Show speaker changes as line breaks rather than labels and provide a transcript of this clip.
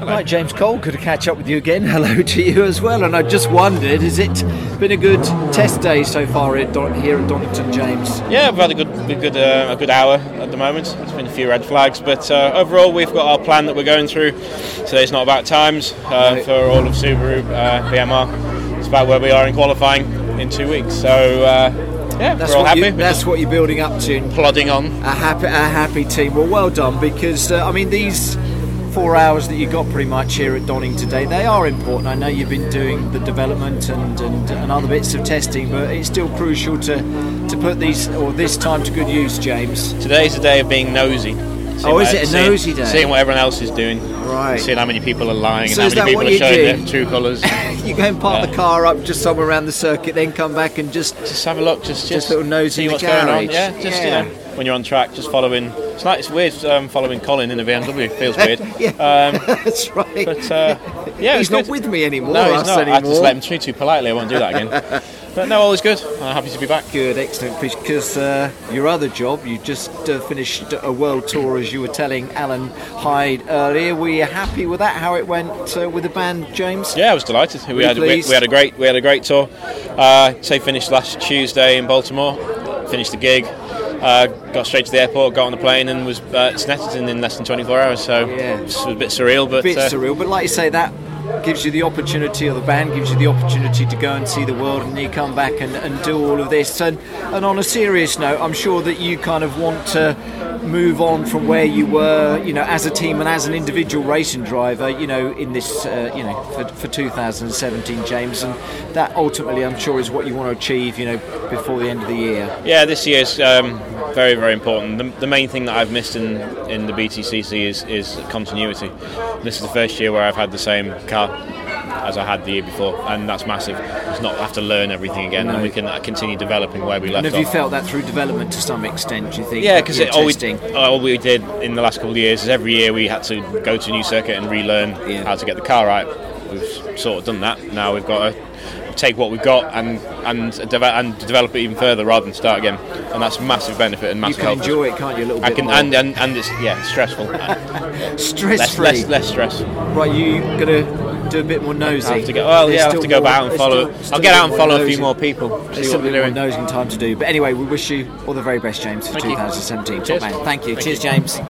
Right, James Cole, good to catch up with you again. Hello to you as well. And I just wondered, has it been a good test day so far at Don- here at Donington, James?
Yeah, we've had a good, good, good, uh, a good hour at the moment. There's been a few red flags, but uh, overall we've got our plan that we're going through. Today's not about times uh,
Right.
for all of Subaru uh, BMR. It's about where we are in qualifying in two weeks. So uh, yeah,
That's
we're all
what
happy.
you,
We're
that's
just
what you're building up to.
plodding on.
A happy, a happy team. Well, well done because uh, I mean these four hours that you got pretty much here at Donning today, they are important. I know you've been doing the development and, and, and other bits of testing, but it's still crucial to to put these or this time to good use, James.
Today's the day of being nosy. Seeing
Oh, is
what-
it a
seeing-
nosy day?
Seeing what everyone else is doing.
Right.
Seeing how many people are lying
So
and
is
how
that
many people
what
are
you
showing
do?
their true colours.
You go and park
Yeah.
the car up just somewhere around the circuit, then come back and just
just have a look, just just,
little nose
see
in the
what's going on.
garage.
Yeah, just
Yeah.
you know, when you're on track, just following. It's like it's weird um, following Colin in a BMW. It feels weird.
yeah,
um,
that's right.
but uh, yeah, it was
he's not
good.
with me anymore.
No,
us
he's not.
anymore.
I just let him treat you politely. I won't do that again. but no, all is good. I'm happy to be back.
Good, excellent, because uh, your other job, you just uh, finished a world tour, as you were telling Alan Hyde earlier. Were you happy with that? How it went uh, with the band, James?
Yeah, I was delighted. We
Were you
had we,
pleased?
we had a great we had a great tour. Uh, say finished last Tuesday in Baltimore. Finished the gig. Uh, got straight to the airport, got on the plane, and was uh, at Snetterton in less than 24 hours. So
Yeah.
it was a bit surreal, but
bit
uh,
surreal, but like you say, that gives you the opportunity, or the band gives you the opportunity to go and see the world, and you come back and, and do all of this. And, and on a serious note, I'm sure that you kind of want to move on from where you were, you know, as a team and as an individual racing driver, you know, in this, uh, you know, for, for 2017, James, and that ultimately, I'm sure, is what you want to achieve, you know, before the end of the year.
Yeah, this year's um, very, very important. The, the main thing that I've missed in, in the BTCC is, is continuity. This is the first year where I've had the same car as I had the year before, and that's massive. It's not I have to learn everything again,
No.
and we can uh, continue developing where we
And
left
have
off.
you felt that through development to some extent? Do you think?
Yeah,
that
because
you're
all we,
testing?
all uh, we did in the last couple of years is every year we had to go to a new circuit and relearn
Yeah.
how to get the car right. We've sort of done that. Now we've got to take what we've got and and, deve- and develop it even further rather than start again. And that's a massive benefit and
you
massive
can
help.
enjoy it, can't you? A little
I
bit
can
more.
and, and and it's yeah it's stressful. less,
stress free.
less less stress.
Right, you gonna do a bit more nosy.
I have to go. Well,
There's
yeah, I have
still
to go
more-
back out and
there's
follow.
still-
it.
still
I'll get out and
bit
follow a
nosy.
few more people.
There's
See
still
what
a
they're
bit more
doing.
nosing time to do. But anyway, we wish you all the very best, James, for
Thank you.
2017. Top
Cheers.
man. Thank you.
Thank
Cheers,
you.
James.